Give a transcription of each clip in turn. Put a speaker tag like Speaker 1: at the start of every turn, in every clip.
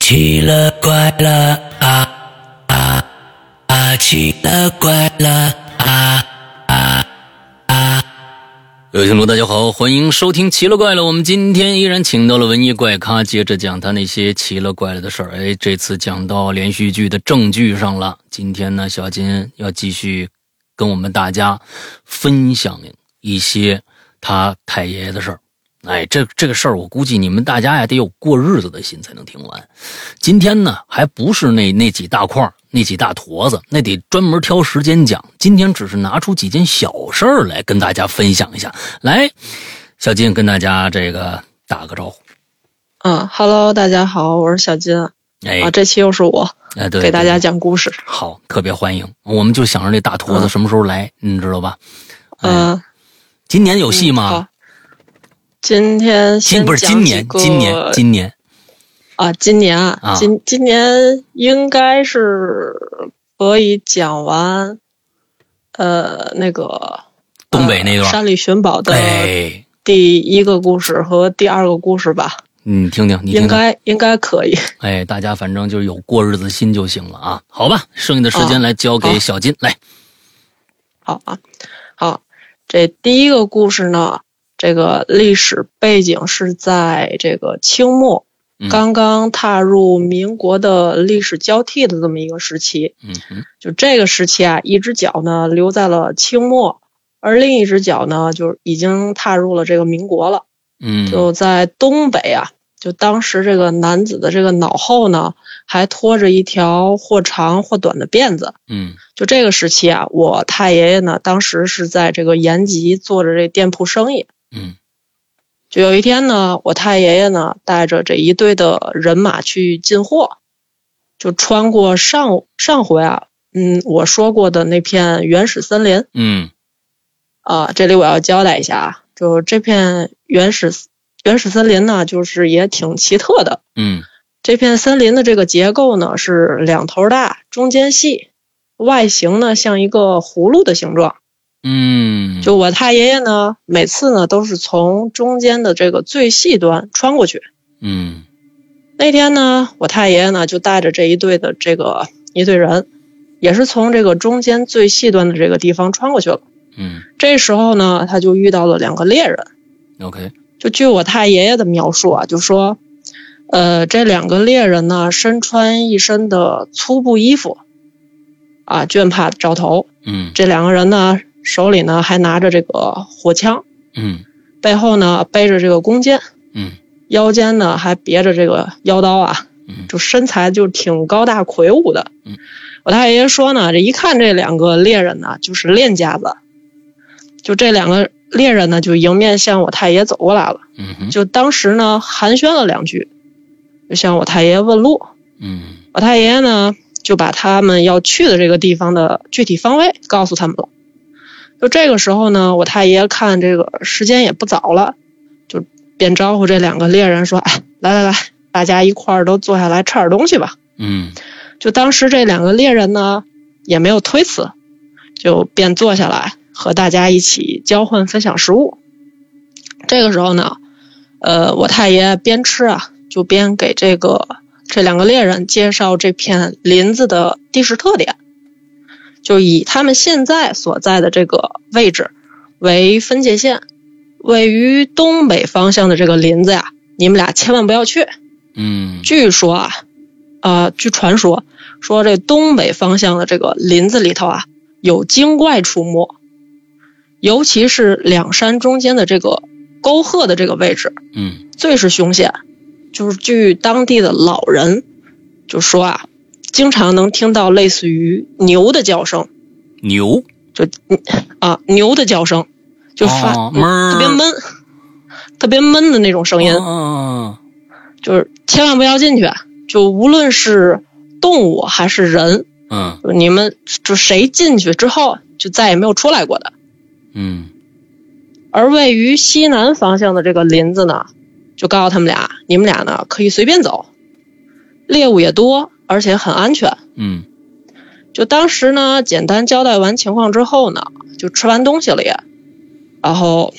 Speaker 1: 奇了怪了啊啊啊！奇了怪了啊啊啊！
Speaker 2: 各位听众，大家好，欢迎收听《奇了怪了》。我们今天依然请到了文艺怪咖，接着讲他那些奇了怪了的事儿。哎，这次讲到连续剧的正剧上了。今天呢，小金要继续跟我们大家分享一些他太爷爷的事儿。哎，这这个事儿，我估计你们大家呀得有过日子的心才能听完。今天呢，还不是那那几大块儿那几大坨子，那得专门挑时间讲。今天只是拿出几件小事儿来跟大家分享一下。来，小金跟大家这个打个招呼。
Speaker 3: 嗯哈喽，大家好，我是小金啊，
Speaker 2: 哎，
Speaker 3: 这期又是我
Speaker 2: 哎，对，
Speaker 3: 给大家
Speaker 2: 对
Speaker 3: 讲故事。
Speaker 2: 好，特别欢迎。我们就想着那大坨子
Speaker 3: 嗯
Speaker 2: 什么时候来，你知道吧？哎，
Speaker 3: 嗯，
Speaker 2: 今年有戏
Speaker 3: 好
Speaker 2: 吗？
Speaker 3: 今天
Speaker 2: 今
Speaker 3: 先
Speaker 2: 不是
Speaker 3: 讲
Speaker 2: 今
Speaker 3: 几
Speaker 2: 年，
Speaker 3: 个
Speaker 2: 今年，今年
Speaker 3: 啊，今年
Speaker 2: 啊
Speaker 3: 啊，今今年应该是可以讲完，呃，那个
Speaker 2: 东北那
Speaker 3: 呃
Speaker 2: 段。
Speaker 3: 山里寻宝的
Speaker 2: 哎，
Speaker 3: 第一个故事和第二个故事吧，
Speaker 2: 你嗯听听，你听听。
Speaker 3: 应该应该可以。
Speaker 2: 哎，大家反正就是有过日子心就行了啊。好吧，剩下的时间
Speaker 3: 哦
Speaker 2: 来交给
Speaker 3: 好
Speaker 2: 小金、来。
Speaker 3: 好啊，好，这第一个故事呢，这个历史背景是在这个清末，
Speaker 2: 嗯
Speaker 3: 刚刚踏入民国的历史交替的这么一个时期。
Speaker 2: 嗯哼，
Speaker 3: 就这个时期啊，一只脚呢留在了清末，而另一只脚呢，就是已经踏入了这个民国了。
Speaker 2: 嗯，
Speaker 3: 就在东北啊，就当时这个男子的这个脑后呢，还拖着一条或长或短的辫子。
Speaker 2: 嗯
Speaker 3: 就这个时期啊，我太爷爷呢，当时是在这个延吉做着这店铺生意。
Speaker 2: 嗯
Speaker 3: 就有一天呢，我太爷爷呢带着这一队的人马去进货，就穿过上上回啊，嗯，我说过的那片原始森林
Speaker 2: 嗯
Speaker 3: 啊、这里我要交代一下啊，就这片原始原始森林呢，就是也挺奇特的，
Speaker 2: 嗯
Speaker 3: 这片森林的这个结构呢是两头大，中间细，外形呢像一个葫芦的形状。
Speaker 2: 嗯，
Speaker 3: 就我太爷爷呢，每次呢都是从中间的这个最细端穿过去。
Speaker 2: 嗯
Speaker 3: 那天呢，我太爷爷呢就带着这一队的这个一队人，也是从这个中间最细端的这个地方穿过去了。
Speaker 2: 嗯
Speaker 3: 这时候呢，他就遇到了两个猎人。
Speaker 2: ，OK，
Speaker 3: 就据我太爷爷的描述啊，就说，呃，这两个猎人呢，身穿一身的粗布衣服，啊，绢帕罩头。
Speaker 2: 嗯
Speaker 3: 这两个人呢，手里呢还拿着这个火枪，
Speaker 2: 嗯
Speaker 3: 背后呢背着这个弓箭，
Speaker 2: 嗯
Speaker 3: 腰间呢还别着这个腰刀啊，
Speaker 2: 嗯
Speaker 3: 就身材就挺高大魁梧的
Speaker 2: 嗯。
Speaker 3: 我太爷爷说呢，这一看这两个猎人呢，就是练家子。就这两个猎人呢，就迎面向我太爷走过来了。
Speaker 2: 嗯哼，
Speaker 3: 就当时呢寒暄了两句，就向我太爷问路。
Speaker 2: 嗯
Speaker 3: 我太爷呢就把他们要去的这个地方的具体方位告诉他们了。就这个时候呢，我太爷看这个时间也不早了，就便招呼这两个猎人说：“哎，来来来，大家一块儿都坐下来吃点东西吧。
Speaker 2: 嗯”
Speaker 3: 就当时这两个猎人呢也没有推辞，就便坐下来和大家一起交换分享食物。这个时候呢，呃，我太爷边吃啊，就边给这个这两个猎人介绍这片林子的地势特点，就以他们现在所在的这个位置为分界线，位于东北方向的这个林子呀、你们俩千万不要去。
Speaker 2: 嗯，
Speaker 3: 据说啊，呃，据传说说这东北方向的这个林子里头啊，有精怪出没，尤其是两山中间的这个沟壑的这个位置，
Speaker 2: 嗯
Speaker 3: 最是凶险。就是据当地的老人就说啊，经常能听到类似于牛的叫声
Speaker 2: 牛
Speaker 3: 啊，牛的叫声，就发、
Speaker 2: 哦闷儿
Speaker 3: 特别闷，特别闷的那种声音。
Speaker 2: 啊，
Speaker 3: 就是千万不要进去。啊就无论是动物还是人，
Speaker 2: 嗯
Speaker 3: 就你们就谁进去之后就再也没有出来过的。
Speaker 2: 嗯
Speaker 3: 而位于西南方向的这个林子呢，就告诉他们俩，你们俩呢可以随便走，猎物也多，而且很安全。
Speaker 2: 嗯
Speaker 3: 就当时呢，简单交代完情况之后呢，就吃完东西了也，然后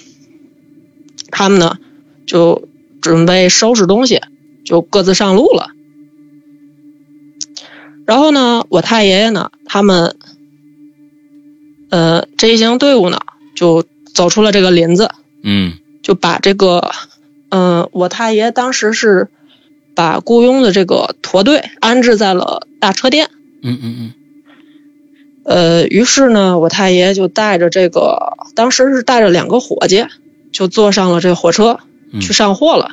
Speaker 3: 他们呢就准备收拾东西，就各自上路了。然后呢，我太爷爷呢，他们，呃，这一行队伍呢，就走出了这个林子，
Speaker 2: 嗯
Speaker 3: 就把这个，嗯、我太爷当时是把雇佣的这个驼队安置在了大车店。
Speaker 2: 嗯嗯
Speaker 3: 呃，于是呢，我太爷就带着这个，当时是带着两个伙计，就坐上了这火车
Speaker 2: 嗯，
Speaker 3: 去上货了。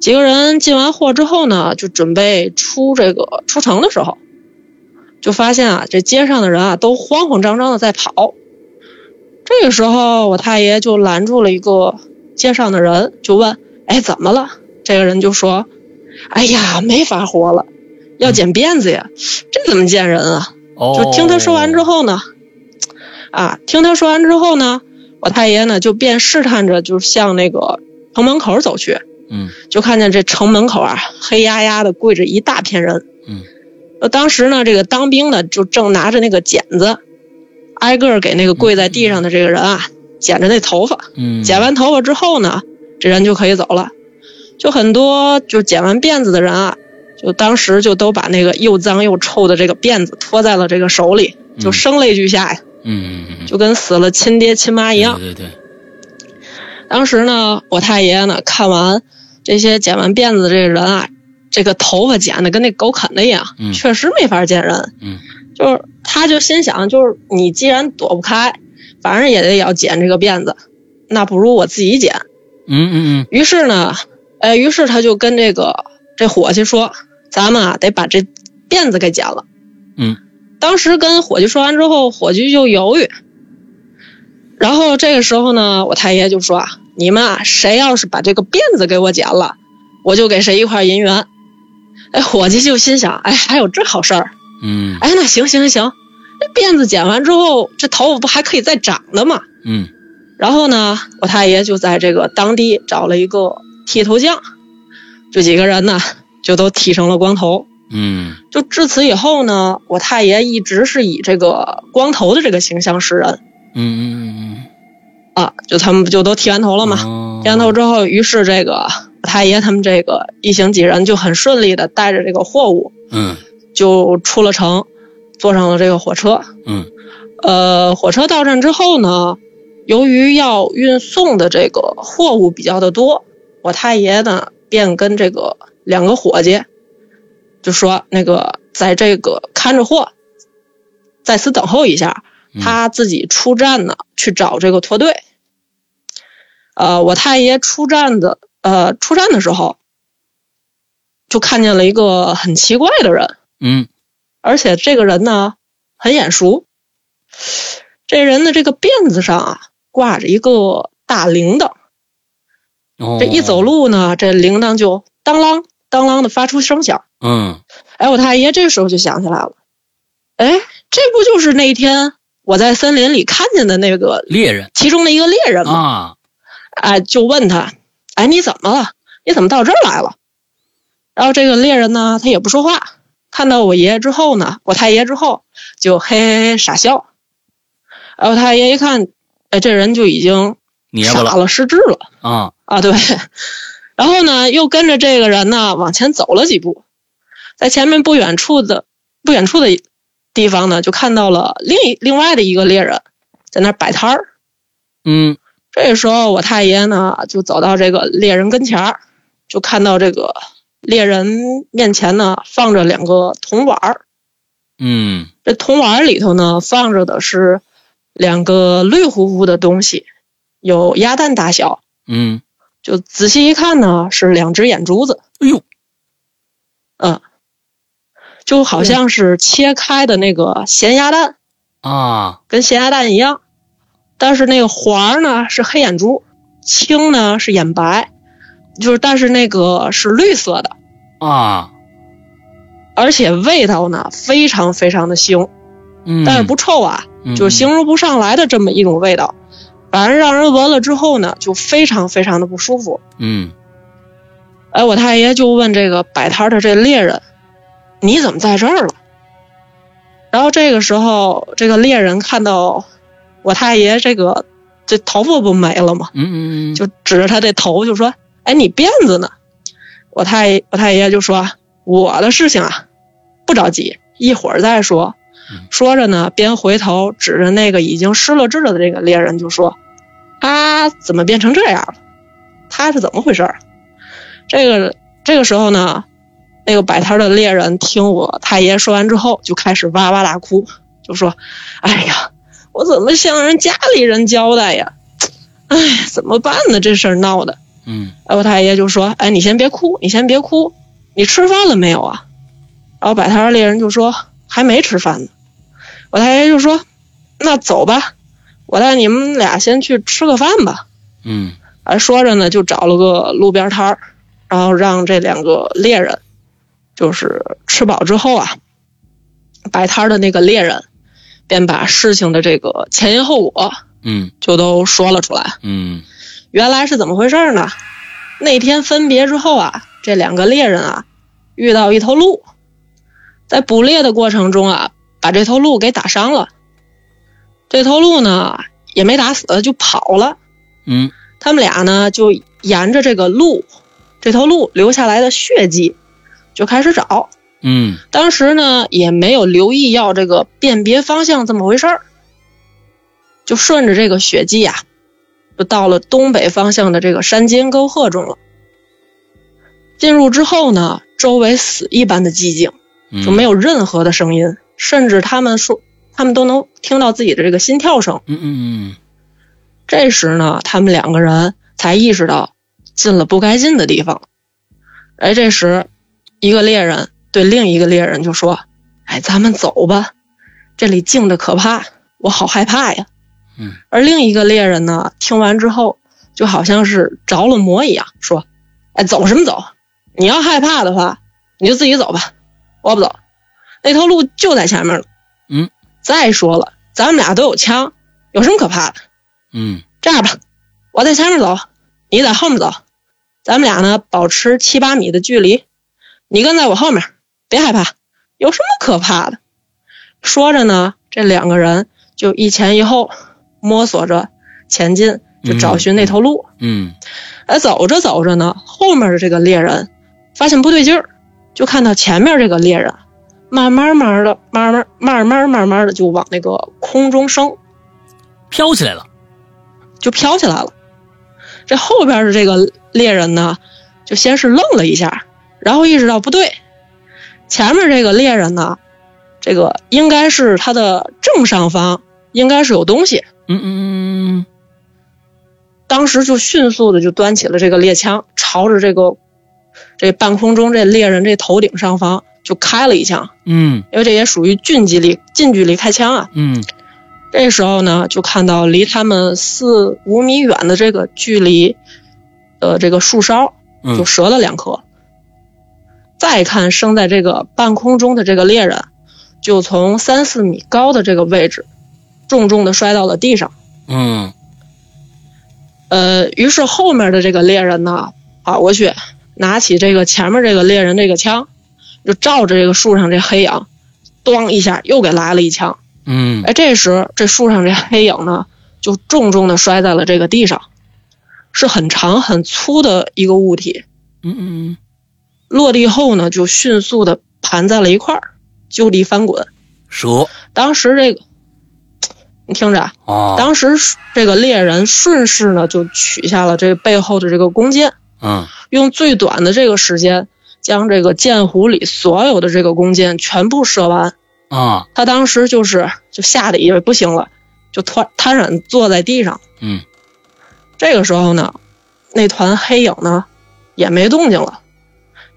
Speaker 3: 几个人进完货之后呢，就准备出这个出城的时候，就发现啊，这街上的人啊都慌慌张张的在跑。这个时候，我太爷就拦住了一个街上的人，就问：“哎，怎么了？”这个人就说：“哎呀，没法活了，要剪辫子呀，这怎么见人啊？”
Speaker 2: 哦，
Speaker 3: 就听他说完之，后呢，啊，听他说完之后呢，我太爷呢就便试探着就向那个城门口走去，
Speaker 2: 嗯
Speaker 3: 就看见这城门口啊黑压压的跪着一大片人。
Speaker 2: 嗯，
Speaker 3: 呃，当时呢，这个当兵的就正拿着那个剪子，挨个儿给那个跪在地上的这个人啊剪着那头发。
Speaker 2: 嗯，
Speaker 3: 剪完头发之后呢，这人就可以走了。就很多就剪完辫子的人啊，就当时就都把那个又脏又臭的这个辫子托在了这个手里，就声泪俱下呀，
Speaker 2: 嗯嗯，嗯嗯嗯，
Speaker 3: 就跟死了亲爹亲妈一样。
Speaker 2: 对对对，嗯
Speaker 3: 当时呢，我太爷呢看完这些剪完辫子的这个人啊，这个头发剪的跟那狗啃的一样，
Speaker 2: 嗯
Speaker 3: 确实没法见人。
Speaker 2: 嗯
Speaker 3: 就是他就心想，就是你既然躲不开，反正也得要剪这个辫子，那不如我自己剪。
Speaker 2: 嗯嗯
Speaker 3: 于是呢，呃，于是他就跟这个这伙计说：“咱们啊，得把这辫子给剪了。”
Speaker 2: 嗯，
Speaker 3: 当时跟伙计说完之后，伙计就犹豫。然后这个时候呢，我太爷就说：“啊，你们啊，谁要是把这个辫子给我剪了，我就给谁一块银元。”哎，伙计就心想：“哎，还有这好事儿？
Speaker 2: 嗯
Speaker 3: 哎，那行行行，这辫子剪完之后，这头发不还可以再长的吗？”
Speaker 2: 嗯
Speaker 3: 然后呢，我太爷就在这个当地找了一个剃头匠，这几个人呢就都剃成了光头。
Speaker 2: 嗯
Speaker 3: 就至此以后呢，我太爷一直是以这个光头的这个形象示人
Speaker 2: 嗯嗯
Speaker 3: 啊，就他们不就都剃完头了
Speaker 2: 嗯，
Speaker 3: 吗？
Speaker 2: 嘛
Speaker 3: 剃完头之后，于是这个我太爷他们这个一行几人就很顺利的带着这个货物
Speaker 2: 嗯
Speaker 3: 就出了城，坐上了这个火车。
Speaker 2: 嗯
Speaker 3: 呃，火车到站之后呢，由于要运送的这个货物比较的多，我太爷呢便跟这个两个伙计就说，那个在这个看着货，在此等候一下，
Speaker 2: 嗯
Speaker 3: 他自己出站呢去找这个驼队。呃，我太爷出站的呃出站的时候，就看见了一个很奇怪的人，
Speaker 2: 嗯
Speaker 3: 而且这个人呢很眼熟。这人的这个辫子上啊挂着一个大铃铛，
Speaker 2: 哦，
Speaker 3: 这一走，路呢，这铃铛就当啷当啷的发出声响。
Speaker 2: 嗯
Speaker 3: 哎，我太爷这时候就想起来了，哎，这不就是那天我在森林里看见的那个
Speaker 2: 猎人
Speaker 3: 其中的一个猎人吗？
Speaker 2: 啊，
Speaker 3: 哎，就问他，哎，你怎么了？你怎么到这儿来了？然后这个猎人呢，他也不说话，看到我爷爷之后呢，我太爷之后就嘿嘿嘿傻笑。然后太爷一看，哎，这人就已经
Speaker 2: 捏
Speaker 3: 傻
Speaker 2: 巴了
Speaker 3: 了、失智了
Speaker 2: 啊，
Speaker 3: 啊，对。 然后呢，又跟着这个人呢往前走了几步，在前面不远处的不远处的地方呢，就看到了另一另外的一个猎人在那儿摆摊儿。
Speaker 2: 嗯
Speaker 3: 这时候我太爷呢就走到这个猎人跟前儿，就看到这个猎人面前呢放着两个铜碗儿，
Speaker 2: 嗯
Speaker 3: 这铜碗儿里头呢放着的是两个绿乎乎的东西，有鸭蛋大小。
Speaker 2: 嗯，
Speaker 3: 就仔细一看呢，是两只眼珠子，
Speaker 2: 哎呦，
Speaker 3: 嗯，就
Speaker 2: 哎
Speaker 3: 好像是切开的那个咸鸭蛋，
Speaker 2: 啊，
Speaker 3: 跟咸鸭蛋一样，但是那个黄儿呢是黑眼珠，青呢是眼白，就是但是那个是绿色的，
Speaker 2: 啊，
Speaker 3: 而且味道呢非常非常的腥，
Speaker 2: 嗯，
Speaker 3: 但是不臭啊，
Speaker 2: 嗯
Speaker 3: 就是形容不上来的这么一种味道，反正让人闻了之后呢，就非常非常的不舒服。
Speaker 2: 嗯
Speaker 3: 哎，我太爷就问这个摆摊儿的这猎人：“你怎么在这儿了？”然后这个时候，这个猎人看到我太爷这个这头发不没了吗？
Speaker 2: 嗯嗯，
Speaker 3: 就指着他这头就说：“哎，你辫子呢？”我太我太爷就说：“我的事情啊，不着急，一会儿再说。”说着呢，边回头指着那个已经失了智的这个猎人就说：“啊，怎么变成这样了？他是怎么回事儿？”这个这个时候呢，那个摆摊的猎人听我太爷说完之后，就开始哇哇大哭，就说：“哎呀，我怎么向人家里人交代呀？哎，怎么办呢？这事儿闹的。”
Speaker 2: 嗯
Speaker 3: 哎，我太爷就说：“哎，你先别哭，你先别哭，你吃饭了没有啊？”然后摆摊儿猎人就说：“还没吃饭呢。”我太爷就说：“那走吧，我带你们俩先去吃个饭吧。
Speaker 2: 嗯”
Speaker 3: 哎，说着呢，就找了个路边摊儿，然后让这两个猎人，就是吃饱之后啊，摆摊儿的那个猎人便把事情的这个前因后果
Speaker 2: 嗯
Speaker 3: 就都说了出来。
Speaker 2: 嗯
Speaker 3: 原来是怎么回事呢？那天分别之后啊，这两个猎人啊，遇到一头鹿，在捕猎的过程中啊，把这头鹿给打伤了。这头鹿呢也没打死，就跑了。
Speaker 2: 嗯
Speaker 3: 他们俩呢就沿着这个鹿，这头鹿留下来的血迹，就开始找。
Speaker 2: 嗯
Speaker 3: 当时呢也没有留意要这个辨别方向这么回事儿，就顺着这个血迹啊，就到了东北方向的这个山间沟壑中了。进入之后呢，周围死一般的寂静，
Speaker 2: 嗯，
Speaker 3: 就没有任何的声音，甚至他们说他们都能听到自己的这个心跳声。
Speaker 2: 嗯嗯
Speaker 3: 这时呢，他们两个人才意识到进了不该进的地方。哎，这时一个猎人对另一个猎人就说：“哎，咱们走吧，这里静的可怕，我好害怕呀。”
Speaker 2: 嗯。
Speaker 3: 而另一个猎人呢，听完之后就好像是着了魔一样，说：“哎，走什么走？你要害怕的话，你就自己走吧，我不走。那头鹿就在前面了。”
Speaker 2: 嗯。
Speaker 3: 再说了，咱们俩都有枪，有什么可怕的？
Speaker 2: 嗯
Speaker 3: 这样吧，我在前面走，你在后面走，咱们俩呢保持七八米的距离，你跟在我后面，别害怕，有什么可怕的？说着呢，这两个人就一前一后摸索着前进，就找寻那头鹿。
Speaker 2: 嗯
Speaker 3: 哎、走着走着呢，后面的这个猎人发现不对劲儿，就看到前面这个猎人慢慢慢的、慢慢慢慢慢慢的就往那个空中升。
Speaker 2: 飘起来了。
Speaker 3: 就飘起来了。这后边的这个猎人呢，就先是愣了一下，然后意识到不对，前面这个猎人呢，这个应该是他的正上方应该是有东西，
Speaker 2: 嗯嗯嗯
Speaker 3: 当时就迅速的就端起了这个猎枪，朝着这个这半空中这猎人这头顶上方就开了一枪，
Speaker 2: 嗯
Speaker 3: 因为这也属于近距离近距离开枪啊。
Speaker 2: 嗯
Speaker 3: 这时候呢，就看到离他们四五米远的这个距离，呃，这个树梢
Speaker 2: 嗯
Speaker 3: 就折了两颗。再看生在这个半空中的这个猎人，就从三四米高的这个位置，重重的摔到了地上。
Speaker 2: 嗯
Speaker 3: 呃，于是后面的这个猎人呢，跑过去拿起这个前面这个猎人这个枪，就照着这个树上这黑影，咣一下又给来了一枪。
Speaker 2: 嗯
Speaker 3: 哎，这时这树上这黑影呢，就重重的摔在了这个地上，是很长很粗的一个物体。
Speaker 2: 嗯
Speaker 3: 落地后呢，就迅速的盘在了一块儿，就地翻滚。
Speaker 2: 蛇
Speaker 3: 当时这个，你听着啊，
Speaker 2: 啊，
Speaker 3: 当时这个猎人顺势呢就取下了这背后的这个弓箭，
Speaker 2: 嗯
Speaker 3: 用最短的这个时间将这个箭壶里所有的这个弓箭全部射完。
Speaker 2: 啊
Speaker 3: 他当时就是就吓得也不行了，就瘫瘫软坐在地上。
Speaker 2: 嗯，
Speaker 3: 这个时候呢，那团黑影呢也没动静了，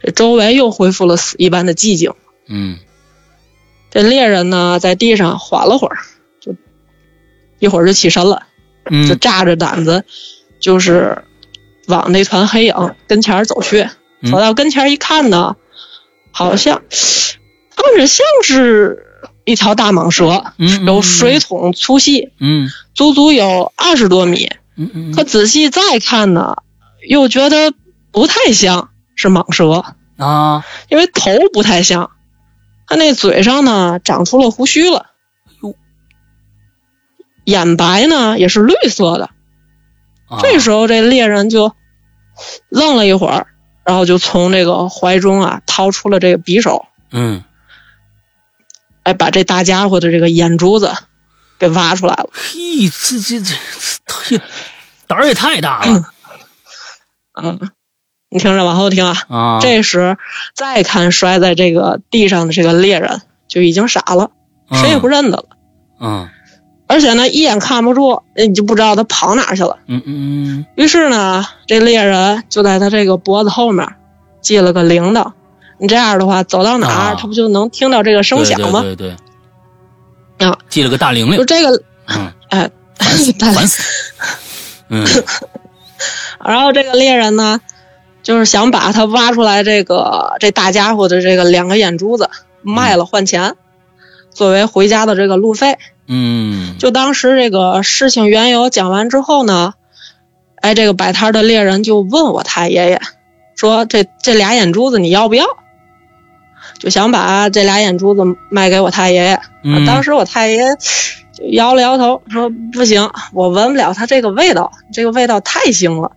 Speaker 3: 这周围又恢复了死一般的寂静。
Speaker 2: 嗯
Speaker 3: 这猎人呢在地上缓了会儿，就一会儿就起身了，就
Speaker 2: 嗯
Speaker 3: 炸着胆子，就是往那团黑影跟前儿走去。
Speaker 2: 嗯
Speaker 3: 走到跟前儿一看呢，好像看着像是一条大蟒蛇。
Speaker 2: 嗯
Speaker 3: 有水桶粗细，
Speaker 2: 嗯
Speaker 3: 足足有二十多米。
Speaker 2: 嗯嗯
Speaker 3: 可仔细再看呢，又觉得不太像是蟒蛇，
Speaker 2: 啊，
Speaker 3: 因为头不太像，它那嘴上呢长出了胡须了
Speaker 2: 哟，
Speaker 3: 眼白呢也是绿色的。
Speaker 2: 啊
Speaker 3: 这时候这猎人就愣了一会儿，然后就从这个怀中啊掏出了这个匕首，
Speaker 2: 嗯
Speaker 3: 哎，把这大家伙的这个眼珠子给挖出来了。
Speaker 2: 嘿，这这这这胆儿也太大了
Speaker 3: 嗯，你听着，往后听啊。
Speaker 2: 啊！
Speaker 3: 这时再看摔在这个地上的这个猎人，就已经傻了，谁也不
Speaker 2: 认。
Speaker 3: 认得了。
Speaker 2: 嗯
Speaker 3: 而且呢，一眼看不住，你就不知道他跑哪儿去了。
Speaker 2: 嗯嗯
Speaker 3: 于是呢，这猎人就在他这个脖子后面系了个铃铛。你这样的话，走到哪儿、
Speaker 2: 啊
Speaker 3: 他不就能听到这个声响吗？
Speaker 2: 对对对。
Speaker 3: 啊，
Speaker 2: 系了个大铃
Speaker 3: 就
Speaker 2: 铃，
Speaker 3: 这个，
Speaker 2: 嗯，
Speaker 3: 哎，
Speaker 2: 烦死。嗯
Speaker 3: 然后这个猎人呢，就是想把他挖出来这个这大家伙的这个两个眼珠子卖了换钱，作为回家的这个路费。
Speaker 2: 嗯，
Speaker 3: 就当时这个事情缘由讲完之后呢，哎，这个摆摊的猎人就问我太爷爷，说这这俩眼珠子你要不要？就想把这俩眼珠子卖给我太爷爷。
Speaker 2: 嗯
Speaker 3: 当时我太爷就摇了摇头，说不行，我闻不了它这个味道，这个味道太腥了。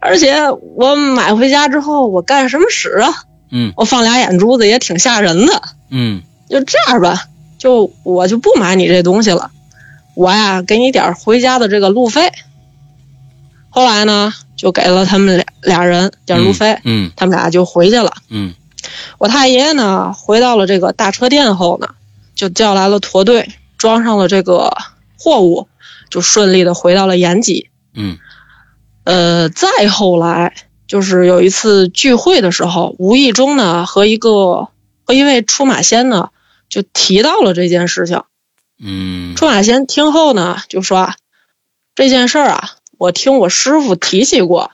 Speaker 3: 而且我买回家之后，我干什么使啊？
Speaker 2: 嗯
Speaker 3: 我放俩眼珠子也挺吓人的。
Speaker 2: 嗯
Speaker 3: 就这样吧，就我就不买你这东西了，我呀给你点儿回家的这个路费。后来呢，就给了他们俩俩人点儿路费，
Speaker 2: 嗯
Speaker 3: 他们俩就回去了。
Speaker 2: 嗯
Speaker 3: 我太爷爷呢，回到了这个大车店后呢，就叫来了驼队，装上了这个货物，就顺利的回到了延吉。
Speaker 2: 嗯
Speaker 3: 呃，再后来就是有一次聚会的时候，无意中呢和一个和一位出马仙呢就提到了这件事情。
Speaker 2: 嗯
Speaker 3: 出马仙听后呢就说啊，这件事儿啊，我听我师傅提起过，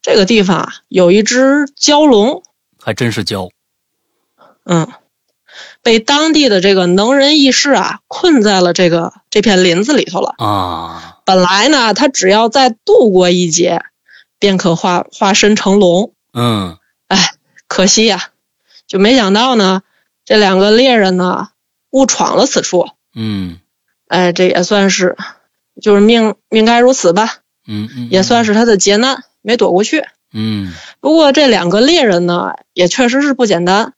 Speaker 3: 这个地方啊有一只蛟龙，
Speaker 2: 还真是教。
Speaker 3: 嗯，被当地的这个能人异士啊困在了这个这片林子里头了。
Speaker 2: 啊，
Speaker 3: 本来呢，他只要再度过一劫，便可化化身成龙。
Speaker 2: 嗯
Speaker 3: 可惜呀、就没想到呢，这两个猎人呢误闯了此处，
Speaker 2: 嗯
Speaker 3: 哎，这也算是就是命命该如此吧，
Speaker 2: 嗯嗯，
Speaker 3: 也算是他的劫难，没躲过去。
Speaker 2: 嗯
Speaker 3: 不过这两个猎人呢，也确实是不简单。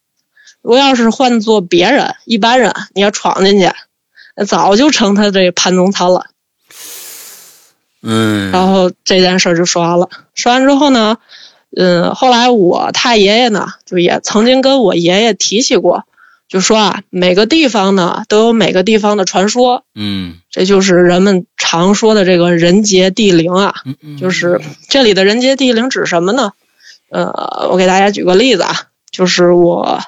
Speaker 3: 如果要是换做别人，一般人，你要闯进去，那早就成他这盘中餐了。
Speaker 2: 嗯，
Speaker 3: 然后这件事儿就说完了。说完之后呢，嗯，后来我太爷爷呢，就也曾经跟我爷爷提起过，就说啊，每个地方呢都有每个地方的传说，
Speaker 2: 嗯
Speaker 3: 这就是人们常说的这个人杰地灵啊。
Speaker 2: 嗯嗯，
Speaker 3: 就是这里的人杰地灵指什么呢？呃，我给大家举个例子啊，就是我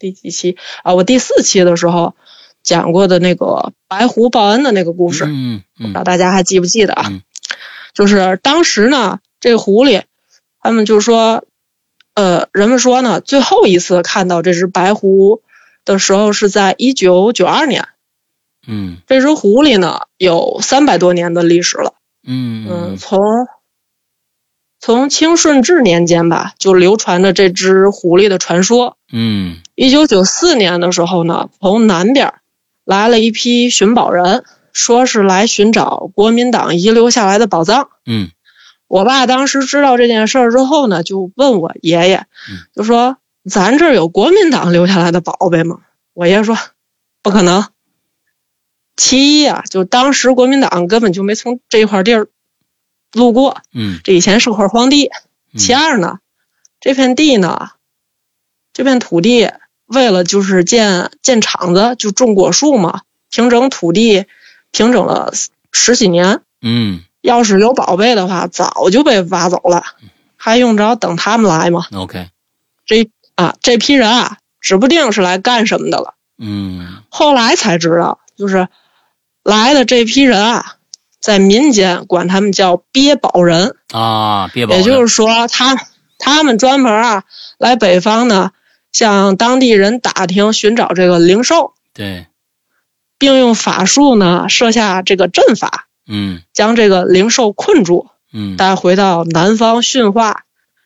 Speaker 3: 第几期啊，我第四期的时候讲过的那个白狐报恩的那个故事。
Speaker 2: 嗯嗯
Speaker 3: 不知道大家还记不记得啊？
Speaker 2: 嗯
Speaker 3: 就是当时呢，这狐狸，他们就说，呃，人们说呢，最后一次看到这只白狐的时候是在一九九二年。
Speaker 2: 嗯
Speaker 3: 这只狐狸呢，有三百多年的历史了。
Speaker 2: 嗯
Speaker 3: 嗯，从从清顺治年间吧，就流传着这只狐狸的传说。
Speaker 2: 嗯
Speaker 3: 一九九四年的时候呢，从南边儿来了一批寻宝人，说是来寻找国民党遗留下来的宝藏。
Speaker 2: 嗯
Speaker 3: 我爸当时知道这件事儿之后呢，就问我爷爷
Speaker 2: 嗯，
Speaker 3: 就说：“咱这儿有国民党留下来的宝贝吗？”我爷爷说：“不可能。”其一啊，就当时国民党根本就没从这块地儿路过，
Speaker 2: 嗯，
Speaker 3: 这以前是块荒地。其二呢，这片地呢，这片土地为了就是建建厂子，就种果树嘛，平整土地，平整了十几年。
Speaker 2: 嗯
Speaker 3: 要是有宝贝的话，早就被挖走了，还用着等他们来吗？
Speaker 2: OK，
Speaker 3: 这啊，这批人啊，指不定是来干什么的了。
Speaker 2: 嗯
Speaker 3: 后来才知道，就是来的这批人啊，在民间管他们叫憋宝人，
Speaker 2: 啊，别
Speaker 3: 也就是说，他他们专门啊来北方呢，向当地人打听寻找这个灵兽，
Speaker 2: 对，
Speaker 3: 并用法术呢设下这个阵法，
Speaker 2: 嗯
Speaker 3: 将这个灵兽困住。
Speaker 2: 嗯
Speaker 3: 带回到南方驯化，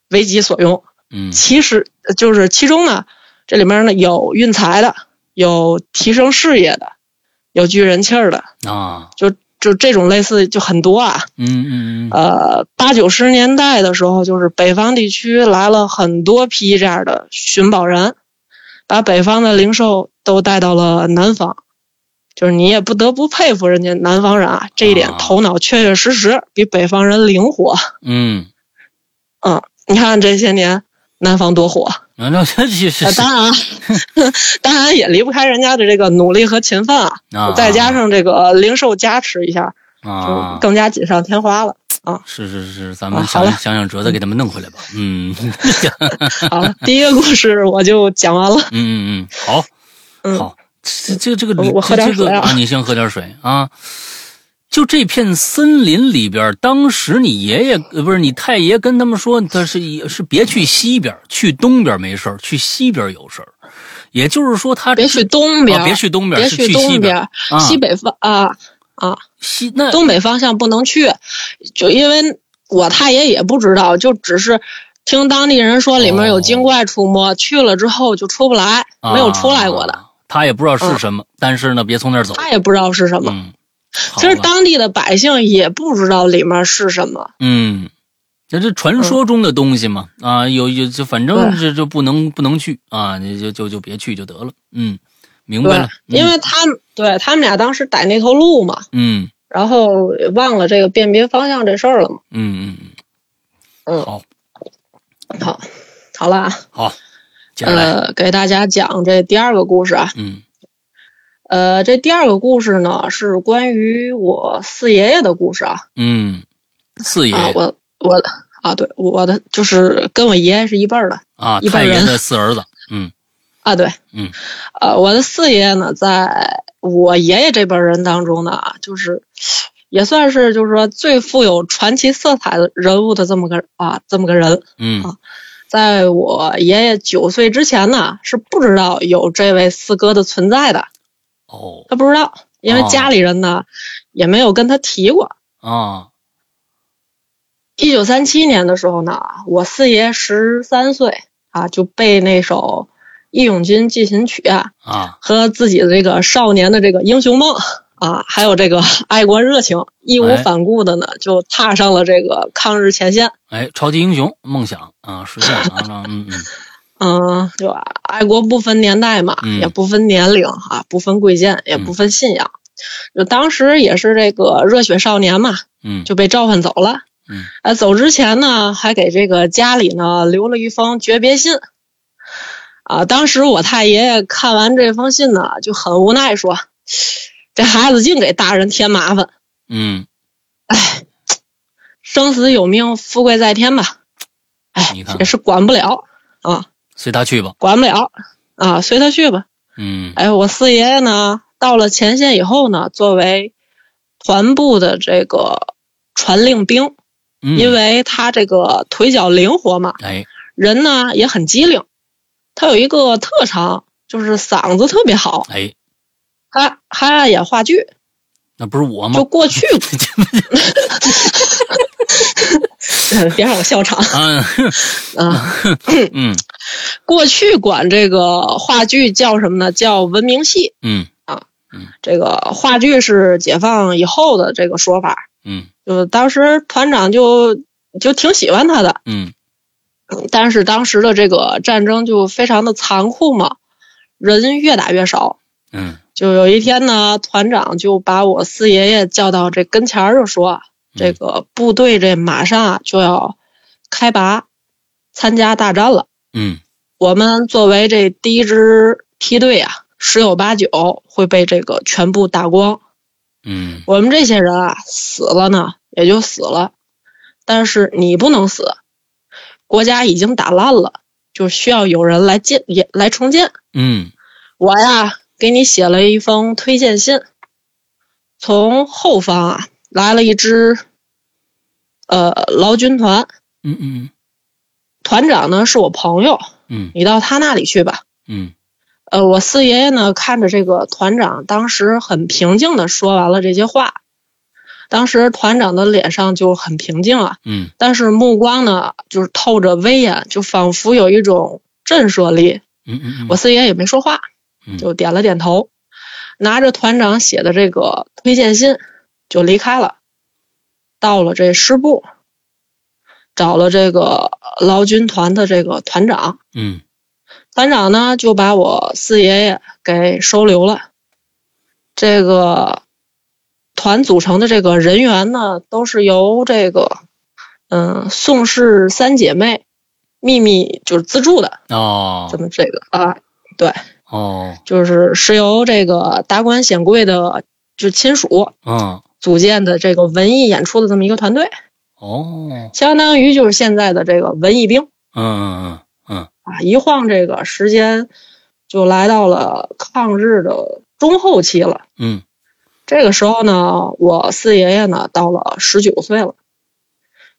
Speaker 3: 为己所用。
Speaker 2: 嗯
Speaker 3: 其实呃就是其中呢，这里面呢有运财的，有提升事业的，有聚人气儿的，
Speaker 2: 啊，
Speaker 3: 就就这种类似就很多啊。
Speaker 2: 嗯嗯
Speaker 3: 呃，八九十年代的时候，就是北方地区来了很多批这样的寻宝人，把北方的灵兽都带到了南方，就是你也不得不佩服人家南方人啊，这一点
Speaker 2: 啊
Speaker 3: 头脑确确实实比北方人灵活。
Speaker 2: 嗯，
Speaker 3: 你看这些年南方多火，
Speaker 2: 那那 这是是
Speaker 3: 那当然啊， 当然也离不开人家的这个努力和勤奋啊，
Speaker 2: 啊
Speaker 3: 再加上这个灵兽加持一下，
Speaker 2: 啊
Speaker 3: 就，更加锦上添花了。
Speaker 2: 是是是，咱
Speaker 3: 啊
Speaker 2: 们
Speaker 3: 好
Speaker 2: 想
Speaker 3: 了
Speaker 2: 想想辙再给他们弄回来吧。嗯嗯
Speaker 3: 好 了，第一个故事我就讲完了。
Speaker 2: 嗯嗯，好，
Speaker 3: 嗯
Speaker 2: 好，这这这个
Speaker 3: 我我喝
Speaker 2: 这这
Speaker 3: 点
Speaker 2: 个
Speaker 3: 水啊
Speaker 2: 啊，你先喝点水啊。就这片森林里边，当时你爷爷呃不是你太爷跟他们说，他是也是别去西边，去东边没事儿，去西边有事儿。也就是说他，
Speaker 3: 别去东边，
Speaker 2: 啊别去东边，
Speaker 3: 别
Speaker 2: 是去
Speaker 3: 去
Speaker 2: 西
Speaker 3: 东边，
Speaker 2: 啊，
Speaker 3: 西北方啊啊，
Speaker 2: 西那
Speaker 3: 东北方向不能去，就因为我太爷也不知道，就只是听当地人说里面有
Speaker 2: 哦
Speaker 3: 精怪出没，去了之后就出不来，
Speaker 2: 啊
Speaker 3: 没有出来过的，
Speaker 2: 他也不知道是什么，但是呢，别从那儿走。
Speaker 3: 他也不知道是什么。
Speaker 2: 嗯，好
Speaker 3: 其实
Speaker 2: 了
Speaker 3: 当地的百姓也不知道里面是什么，
Speaker 2: 嗯，这是传说中的东西嘛，
Speaker 3: 嗯
Speaker 2: 啊，有有就反正这就不能不能去啊，你就就就别去就得了，嗯，明白
Speaker 3: 对
Speaker 2: 了，，
Speaker 3: 因为他们对他们俩当时逮那头鹿嘛，
Speaker 2: 嗯
Speaker 3: 然后忘了这个辨别方向这事儿了嘛。
Speaker 2: 嗯嗯嗯嗯，
Speaker 3: 嗯
Speaker 2: 好
Speaker 3: 好，好了啊，
Speaker 2: 好，接着来，
Speaker 3: 呃，给大家讲这第二个故事啊。
Speaker 2: 嗯
Speaker 3: 呃，这第二个故事呢是关于我四爷爷的故事啊。
Speaker 2: 嗯，四爷
Speaker 3: 啊，我我啊，对，我的就是跟我爷爷是一辈儿的
Speaker 2: 啊，
Speaker 3: 一般
Speaker 2: 太爷
Speaker 3: 人
Speaker 2: 的四儿子，嗯
Speaker 3: 啊，对，
Speaker 2: 嗯，
Speaker 3: 呃，我的四爷爷呢，在我爷爷这辈儿人当中呢，啊就是也算是就是说最富有传奇色彩的人物的这么个啊这么个人。
Speaker 2: 嗯
Speaker 3: 啊在我爷爷九岁之前呢，是不知道有这位四哥的存在的，
Speaker 2: 哦
Speaker 3: 他不知道，因为
Speaker 2: 哦
Speaker 3: 家里人呢、也没有跟他提过。
Speaker 2: 啊
Speaker 3: 一九三七年的时候呢，我四爷十三岁啊，就被那首《义勇军进行曲》啊
Speaker 2: 啊，
Speaker 3: 和自己的这个少年的这个英雄梦啊，还有这个 爱国热情，义无
Speaker 2: 哎
Speaker 3: 反顾的呢，就踏上了这个抗日前线。
Speaker 2: 哎，超级英雄梦想啊，实现了啊，嗯嗯
Speaker 3: 嗯，对吧？爱国不分年代嘛，
Speaker 2: 嗯
Speaker 3: 也不分年龄啊，不分贵贱，也不分信
Speaker 2: 嗯
Speaker 3: 仰。就当时也是这个热血少年嘛，
Speaker 2: 嗯
Speaker 3: 就被召唤走了。
Speaker 2: 嗯，
Speaker 3: 呃，走之前呢，还给这个家里呢留了一封诀别信。啊，当时我太爷爷看完这封信呢，就很无奈说：“这孩子净给大人添麻烦，
Speaker 2: 嗯，
Speaker 3: 生死有命，富贵在天吧。”哎
Speaker 2: 你看，看
Speaker 3: 也是管不了啊，
Speaker 2: 随他去吧，
Speaker 3: 管不了啊，随他去吧。
Speaker 2: 嗯
Speaker 3: 哎，我四爷爷呢，到了前线以后呢，作为团部的这个传令兵，
Speaker 2: 嗯，
Speaker 3: 因为他这个腿脚灵活嘛，
Speaker 2: 哎
Speaker 3: 人呢也很机灵，他有一个特长，就是嗓子特别好，
Speaker 2: 哎，
Speaker 3: 他还爱演话剧。
Speaker 2: 那不是我吗
Speaker 3: 就？过去， 别让我笑场
Speaker 2: 啊，
Speaker 3: 啊！
Speaker 2: 嗯
Speaker 3: 过去管这个话剧叫什么呢？叫文明戏。
Speaker 2: 嗯
Speaker 3: 这个话剧是解放以后的这个说法，
Speaker 2: 嗯
Speaker 3: 就当时团长就就挺喜欢他的，
Speaker 2: 嗯
Speaker 3: 但是当时的这个战争就非常的残酷嘛，人越打越少。
Speaker 2: 嗯
Speaker 3: 就有一天呢，团长就把我四爷爷叫到这跟前儿，就说：“啊这个部队这马上啊就要开拔，参加大战了。
Speaker 2: 嗯
Speaker 3: 我们作为这第一支梯队啊，十有八九会被这个全部打光。
Speaker 2: 嗯
Speaker 3: 我们这些人啊，死了呢也就死了，但是你不能死，国家已经打烂了，就需要有人来建也来重建。
Speaker 2: 嗯
Speaker 3: 我呀，给你写了一封推荐信，从后方啊来了一支呃劳军团，
Speaker 2: 嗯嗯
Speaker 3: 团长呢是我朋友，
Speaker 2: 嗯
Speaker 3: 你到他那里去吧。
Speaker 2: 嗯
Speaker 3: 呃，我四爷爷呢，看着这个团长，当时很平静的说完了这些话。当时团长的脸上就很平静啊，
Speaker 2: 嗯
Speaker 3: 但是目光呢，就是透着威严，就仿佛有一种震慑力。
Speaker 2: 嗯，
Speaker 3: 我四爷也没说话
Speaker 2: 嗯，
Speaker 3: 就点了点头，拿着团长写的这个推荐信就离开了。到了这师部，找了这个劳军团的这个团长，
Speaker 2: 嗯
Speaker 3: 班长呢就把我四爷爷给收留了。这个团组成的这个人员呢，都是由这个嗯宋氏三姐妹秘密就是资助的，
Speaker 2: 哦
Speaker 3: 这么这个啊，对，
Speaker 2: 哦，
Speaker 3: 就是是由这个达官显贵的就是亲属
Speaker 2: 嗯
Speaker 3: 组建的这个文艺演出的这么一个团队，
Speaker 2: 哦，
Speaker 3: 相当于就是现在的这个文艺兵。
Speaker 2: 嗯嗯嗯
Speaker 3: 啊，一晃这个时间就来到了抗日的中后期了。
Speaker 2: 嗯
Speaker 3: 这个时候呢，我四爷爷呢到了十九岁了，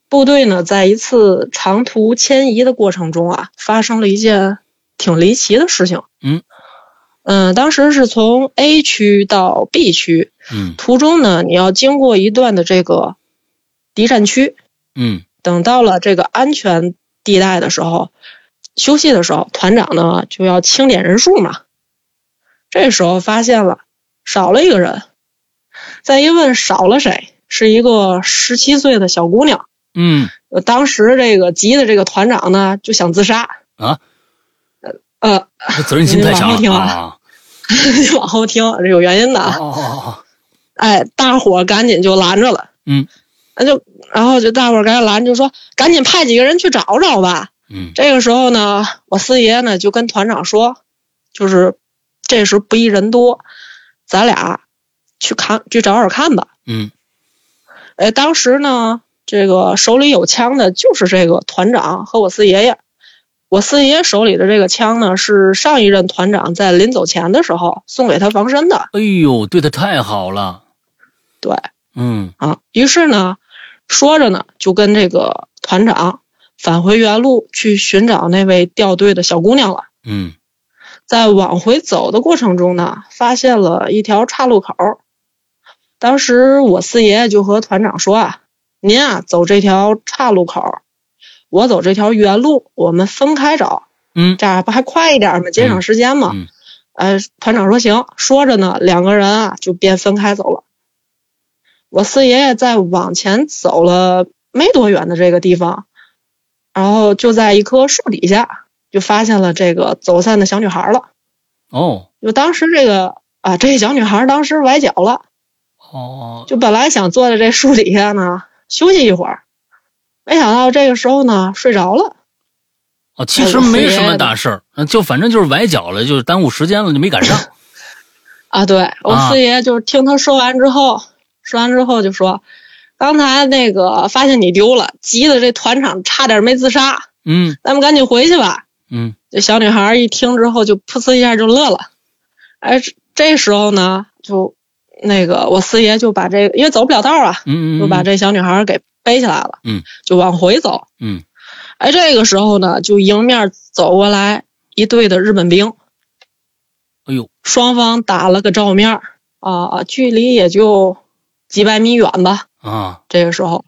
Speaker 3: 部队呢在一次长途迁移的过程中啊，发生了一件挺离奇的事情。
Speaker 2: 嗯
Speaker 3: 嗯，当时是从 A 区到 B 区，
Speaker 2: 嗯
Speaker 3: 途中呢你要经过一段的这个敌占区，
Speaker 2: 嗯
Speaker 3: 等到了这个安全地带的时候，休息的时候，团长呢就要清点人数嘛。这时候发现了少了一个人，再一问少了谁，是一个十七岁的小姑娘。
Speaker 2: 嗯
Speaker 3: 呃当时这个急的这个团长呢就想自杀
Speaker 2: 啊，
Speaker 3: 呃，
Speaker 2: 嗯，责任心太强了啊！
Speaker 3: 你往后听是有原因的
Speaker 2: 哦
Speaker 3: 啊。
Speaker 2: 哦哦，
Speaker 3: 哎，大伙儿赶紧就拦着了，
Speaker 2: 嗯
Speaker 3: 那就然后就大伙儿赶紧拦着，就说赶紧派几个人去找找吧。
Speaker 2: 嗯
Speaker 3: 这个时候呢，我四爷呢就跟团长说，就是这时不宜人多，咱俩去看去找找看吧。
Speaker 2: 嗯
Speaker 3: 哎，当时呢，这个手里有枪的就是这个团长和我四爷爷。我四爷爷手里的这个枪呢，是上一任团长在临走前的时候送给他防身的。
Speaker 2: 哎呦，对他太好了，
Speaker 3: 对
Speaker 2: 嗯
Speaker 3: 啊，于是呢，说着呢，就跟这个团长返回原路去寻找那位掉队的小姑娘了。
Speaker 2: 嗯
Speaker 3: 在往回走的过程中呢，发现了一条岔路口。当时我四爷爷就和团长说啊：“您啊，走这条岔路口，我走这条原路，我们分开找，
Speaker 2: 嗯
Speaker 3: 这样不还快一点吗？节省时间嘛。
Speaker 2: 嗯
Speaker 3: 呃，团长说行，说着呢，两个人啊就便分开走了。我四爷爷在往前走了没多远的这个地方，然后就在一棵树底下就发现了这个走散的小女孩了。
Speaker 2: 哦
Speaker 3: 就当时这个啊，这小女孩当时崴脚了，
Speaker 2: 哦
Speaker 3: 就本来想坐在这树底下呢休息一会儿，没想到这个时候呢睡着了。
Speaker 2: 哦，
Speaker 3: 哎
Speaker 2: 其实没什么大事儿，嗯就反正就是崴脚了，就是耽误时间了，就没赶上。
Speaker 3: 啊，对我
Speaker 2: 啊
Speaker 3: 四爷就是听他说完之后，说完之后就说，刚才那个发现你丢了，急的这团长差点没自杀，
Speaker 2: 嗯
Speaker 3: 咱们赶紧回去吧。
Speaker 2: 嗯
Speaker 3: 这小女孩一听之后就噗呲一下就乐了，哎，这这时候呢就那个我四爷就把这个，因为走不了道啊，
Speaker 2: 嗯嗯，
Speaker 3: 就把这小女孩儿给背起来了，
Speaker 2: 嗯，
Speaker 3: 就往回走。
Speaker 2: 嗯
Speaker 3: 哎，这个时候呢，就迎面走过来一队的日本兵，
Speaker 2: 哎呦
Speaker 3: 双方打了个照面儿啊，距离也就几百米远吧。
Speaker 2: 啊
Speaker 3: 这个时候，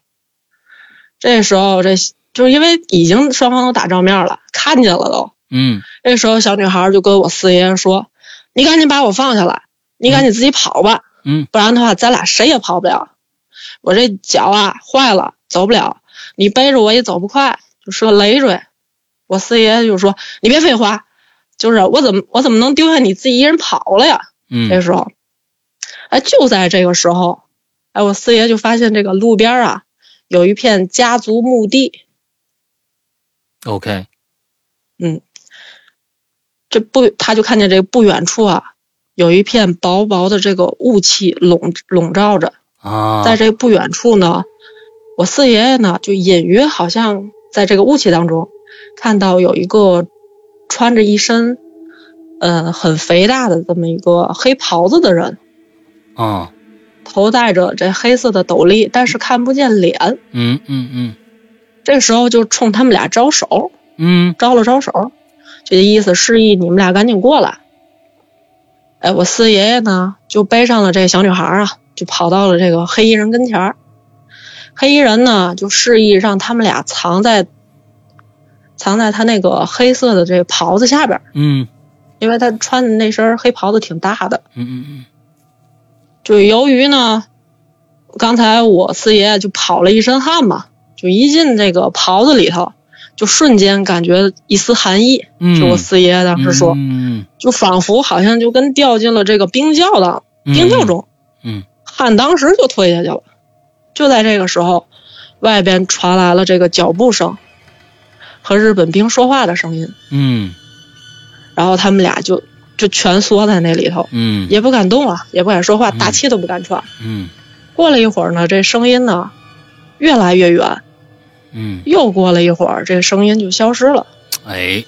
Speaker 3: 这时候这就是因为已经双方都打照面了，看见了都。
Speaker 2: 嗯
Speaker 3: 这时候小女孩儿就跟我四爷爷说：“你赶紧把我放下来，你赶紧自己跑吧。”
Speaker 2: 嗯
Speaker 3: 不然的话，咱俩谁也跑不了。我这脚啊坏了，走不了。你背着我也走不快，就是个累赘。我四爷就说：“你别废话，就是我怎么我怎么能丢下你自己一人跑了呀？”这
Speaker 2: 嗯
Speaker 3: 时候，哎，就在这个时候，哎，我四爷就发现这个路边啊有一片家族墓地，
Speaker 2: ，OK，
Speaker 3: 这不他就看见这不远处啊有一片薄薄的这个雾气笼笼罩着。
Speaker 2: 啊，
Speaker 3: 在这不远处呢，我四爷爷呢就隐约好像在这个雾气当中看到有一个穿着一身呃很肥大的这么一个黑袍子的人，
Speaker 2: 啊，
Speaker 3: 头戴着这黑色的斗笠，但是看不见脸。
Speaker 2: 嗯嗯嗯
Speaker 3: 这时候就冲他们俩招手，
Speaker 2: 嗯
Speaker 3: 招了招手，就意思示意你们俩赶紧过来。哎，我四爷爷呢就背上了这小女孩啊，就跑到了这个黑衣人跟前儿。黑衣人呢就示意让他们俩藏在藏在他那个黑色的这个袍子下边儿，
Speaker 2: 嗯
Speaker 3: 因为他穿的那身黑袍子挺大的。
Speaker 2: 嗯嗯
Speaker 3: 就由于呢，刚才我四爷就跑了一身汗嘛，就一进这个袍子里头，就瞬间感觉一丝寒意。
Speaker 2: 嗯，
Speaker 3: 就我四爷当时说，
Speaker 2: 嗯
Speaker 3: 就仿佛好像就跟掉进了这个冰窖当冰窖，中。
Speaker 2: 嗯
Speaker 3: 汉当时就退下去了。就在这个时候，外边传来了这个脚步声和日本兵说话的声音，
Speaker 2: 嗯
Speaker 3: 然后他们俩就就蜷缩在那里头，
Speaker 2: 嗯
Speaker 3: 也不敢动啊，也不敢说话，
Speaker 2: 嗯
Speaker 3: 大气都不敢喘。
Speaker 2: 嗯
Speaker 3: 过了一会儿呢，这声音呢越来越远，
Speaker 2: 嗯，
Speaker 3: 又过了一会儿，这声音就消失了。
Speaker 2: 哎，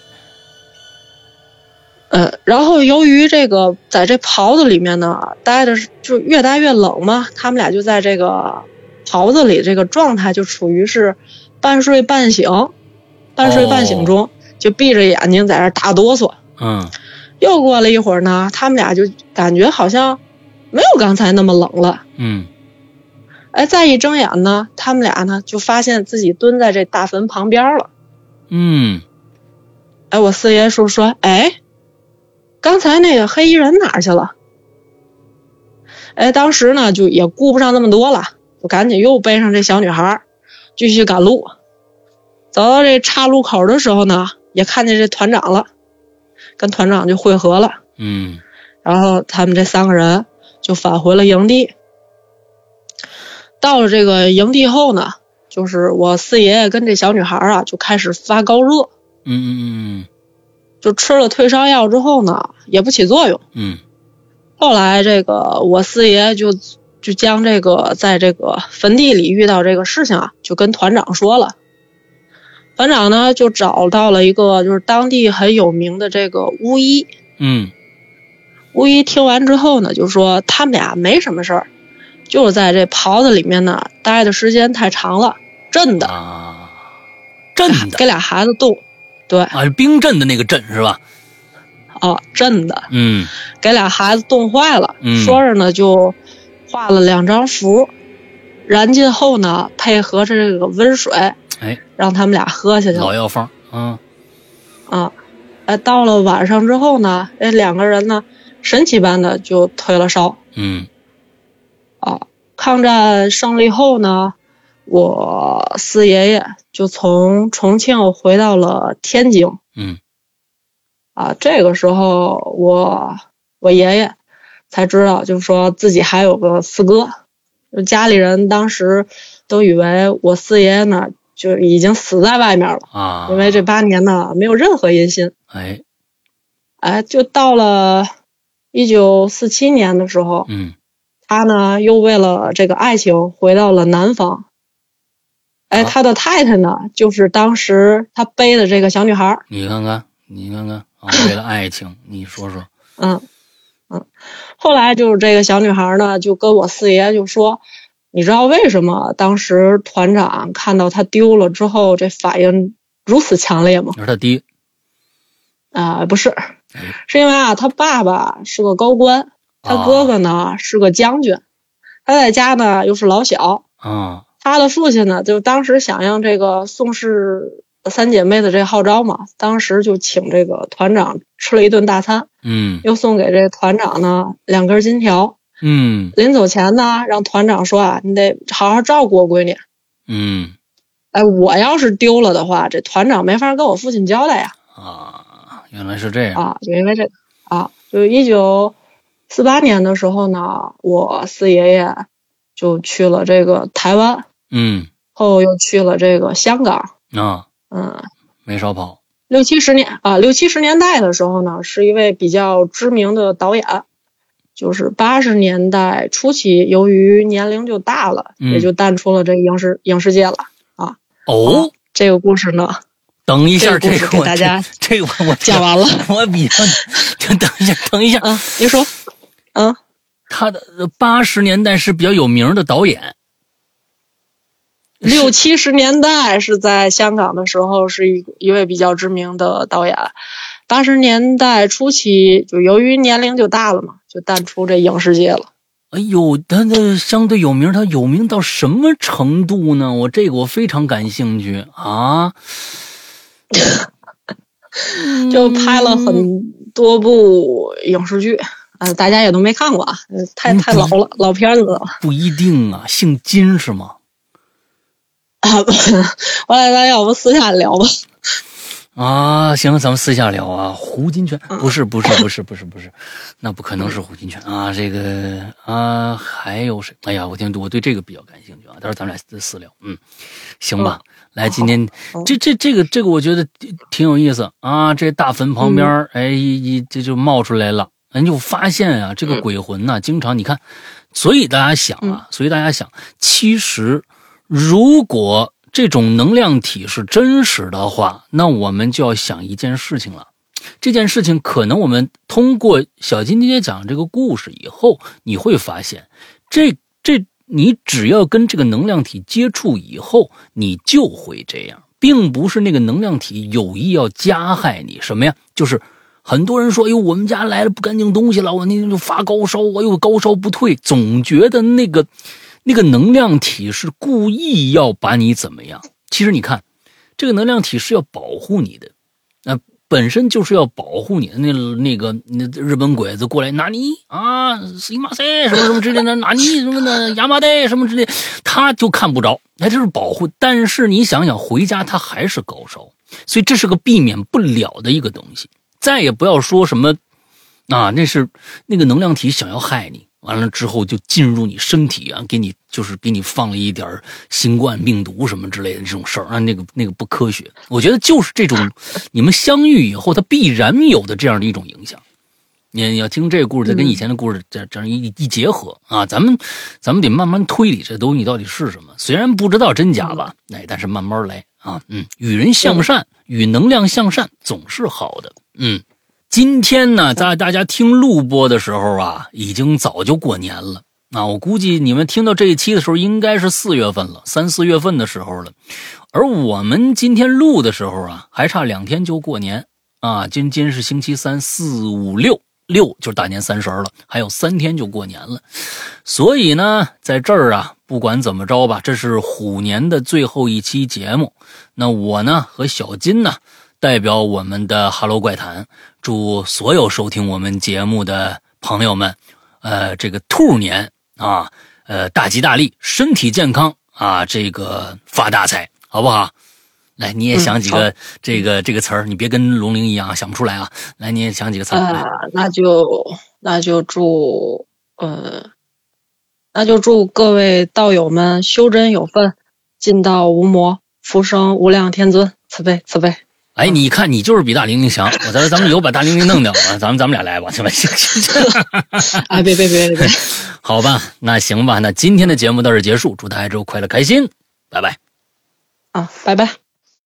Speaker 3: 嗯，然后由于这个在这袍子里面呢待着是就越待越冷嘛，他们俩就在这个袍子里这个状态就处于是半睡半醒，半睡半醒中、就闭着眼睛在这打哆嗦。
Speaker 2: 嗯
Speaker 3: 又过了一会儿呢，他们俩就感觉好像没有刚才那么冷了。
Speaker 2: 嗯
Speaker 3: 哎，再一睁眼呢，他们俩呢就发现自己蹲在这大坟旁边了。
Speaker 2: 嗯
Speaker 3: 哎，我四爷叔说，哎，刚才那个黑衣人哪儿去了？哎，当时呢就也顾不上那么多了，就赶紧又背上这小女孩儿，继续赶路。走到这岔路口的时候呢，也看见这团长了，跟团长就会合了。
Speaker 2: 嗯
Speaker 3: 然后他们这三个人就返回了营地。到了这个营地后呢，就是我四爷爷跟这小女孩儿啊就开始发高热，
Speaker 2: 嗯嗯
Speaker 3: 就吃了退烧药之后呢，也不起作用。
Speaker 2: 嗯
Speaker 3: 后来这个我四爷就就将这个在这个坟地里遇到这个事情啊，就跟团长说了。团长呢就找到了一个就是当地很有名的这个巫医，
Speaker 2: 嗯
Speaker 3: 巫医听完之后呢，就说他们俩没什么事儿，就是在这袍子里面呢待的时间太长了，震
Speaker 2: 嗯
Speaker 3: 的，
Speaker 2: 啊，震的
Speaker 3: 给俩孩子冻，对，
Speaker 2: 啊，冰镇的那个镇是吧？
Speaker 3: 哦，震的，
Speaker 2: 嗯
Speaker 3: 给俩孩子冻坏了。
Speaker 2: 嗯
Speaker 3: 说着呢，就画了两张符，燃尽后呢，配合着这个温水，
Speaker 2: 哎，
Speaker 3: 让他们俩喝下去
Speaker 2: 老
Speaker 3: 了
Speaker 2: 药方，嗯
Speaker 3: 啊。哎，到了晚上之后呢，哎，两个人呢，神奇般的就退了烧。
Speaker 2: 嗯
Speaker 3: 啊，抗战胜利后呢，我四爷爷就从重庆回到了天津
Speaker 2: 嗯
Speaker 3: 啊。这个时候我我爷爷才知道，就是说自己还有个四哥，就家里人当时都以为我四爷爷呢就已经死在外面了，
Speaker 2: 啊，
Speaker 3: 因为这八年呢没有任何音信。
Speaker 2: 哎
Speaker 3: 哎，就到了一九四七年的时候，
Speaker 2: 嗯
Speaker 3: 他呢又为了这个爱情回到了南方。哎，
Speaker 2: 啊
Speaker 3: 他的太太呢，就是当时他背的这个小女孩儿。
Speaker 2: 你看看你看看啊，为了爱情，你说 说，
Speaker 3: 嗯嗯，后来就是这个小女孩儿呢，就跟我四爷就说，你知道为什么当时团长看到她丢了之后，这反应如此强烈吗？
Speaker 2: 你说他爹
Speaker 3: 啊、不是，是因为啊，他爸爸是个高官，他
Speaker 2: 啊
Speaker 3: 哥哥呢是个将军，他在家呢又是老小，
Speaker 2: 啊，
Speaker 3: 他的父亲呢，就当时响应这个宋氏三姐妹的这号召嘛，当时就请这个团长吃了一顿大餐，
Speaker 2: 嗯
Speaker 3: 又送给这团长呢两根金条。
Speaker 2: 嗯
Speaker 3: 临走前呢，让团长说啊，你得好好照顾我闺女。
Speaker 2: 嗯
Speaker 3: 哎，我要是丢了的话，这团长没法跟我父亲交代呀。
Speaker 2: 啊，原来是这样，
Speaker 3: 啊，就因为这个啊，就是一九四八年的时候呢，我四爷爷就去了这个台湾，
Speaker 2: 嗯
Speaker 3: 后又去了这个香港，
Speaker 2: 啊，
Speaker 3: 嗯，
Speaker 2: 没少跑，
Speaker 3: 六七十年啊，六七十年代的时候呢，是一位比较知名的导演，就是八十年代初期，由于年龄就大了，
Speaker 2: 嗯
Speaker 3: 也就淡出了这影视影视界了。
Speaker 2: 哦，
Speaker 3: 这个故事呢，
Speaker 2: 等一下，
Speaker 3: 啊这
Speaker 2: 这
Speaker 3: 个故事
Speaker 2: 个我
Speaker 3: 给大家
Speaker 2: 这个我
Speaker 3: 讲完了。
Speaker 2: 我比较， 就等一下，等一下，
Speaker 3: 啊，您说，啊，
Speaker 2: 他的呃八十年代是比较有名的导演，
Speaker 3: 六七十年代是在香港的时候，是一一位比较知名的导演。八十年代初期，就由于年龄就大了嘛，就淡出这影视界了。
Speaker 2: 哎呦，他的相对有名，他有名到什么程度呢？我这个我非常感兴趣啊！ 嗯
Speaker 3: 就拍了很多部影视剧，啊、大家也都没看过啊，呃太
Speaker 2: 嗯
Speaker 3: 太老了，老片子了。
Speaker 2: 不一定啊，姓金是吗？
Speaker 3: 啊，不我俩咱要不私下聊吧？
Speaker 2: 啊，行，咱们私下聊啊。胡金铨
Speaker 3: 嗯
Speaker 2: 不是不是不是不是不是，那不可能是胡金铨啊。这个啊，还有谁？哎呀，我听我对这个比较感兴趣啊。到时候咱们俩私聊，嗯，行吧。来，今天
Speaker 3: 哦好哦
Speaker 2: 这这这个这个，我觉得挺有意思啊。这大坟旁边，
Speaker 3: 嗯
Speaker 2: 哎，一一这就冒出来了。你就发现啊，这个
Speaker 3: 嗯
Speaker 2: 鬼魂呐、经常你看，所以大家想啊，所以大家想，其实如果这种能量体是真实的话，那我们就要想一件事情了。这件事情可能我们通过小金今天讲这个故事以后，你会发现，这这你只要跟这个能量体接触以后，你就会这样，并不是那个能量体有意要加害你什么呀，就是。很多人说：“哎呦，我们家来了不干净东西了，我那就发高烧，哎呦，高烧不退，总觉得那个那个能量体是故意要把你怎么样。其实你看，这个能量体是要保护你的，那、本身就是要保护你的。那那个那日本鬼子过来拿你啊，西马塞什么什么之类的，拿你什么的，亚麻袋什么之类，他就看不着，哎，这是保护。但是你想想，回家他还是高烧，所以这是个避免不了的一个东西。再也不要说什么啊，那是那个能量体想要害你，完了之后就进入你身体啊，给你就是给你放了一点儿新冠病毒什么之类的这种事儿啊，那个那个不科学。我觉得就是这种你们相遇以后，它必然有的这样的一种影响。你你要听这个故事，再跟以前的故事这这样一一结合啊，咱们咱们得慢慢推理这东西到底是什么。虽然不知道真假吧，哎，但是慢慢来啊，嗯，与人向善，与能量向善总是好的，嗯。今天呢，在大家听录播的时候啊，已经早就过年了。啊，我估计你们听到这一期的时候，应该是四月份了，三四月份的时候了。而我们今天录的时候啊，还差两天就过年啊。今今是星期三、四、五、六，六就是大年三十了，还有三天就过年了。所以呢，在这儿啊，不管怎么着吧，这是虎年的最后一期节目。那我呢和小金呢，代表我们的《哈喽怪谈》，祝所有收听我们节目的朋友们，呃，这个兔年啊，呃，大吉大利，身体健康啊，这个发大财，好不好？来，你也想几个、这个这个词儿，你别跟龙玲一样啊想不出来啊。来，你也想几个词儿。来
Speaker 3: 呃，那就那就祝呃，那就祝各位道友们修真有份，进道无魔，福生无量天尊，慈悲慈悲。
Speaker 2: 哎，你看，你就是比大玲玲强。我咱咱们以后把大玲玲弄掉啊，咱们咱们俩来吧，行 吧？行行行，
Speaker 3: 哎，别别别别别，
Speaker 2: 好吧，那行吧，那今天的节目到这儿结束，祝大家之后快乐开心，拜拜。
Speaker 3: 啊，拜拜。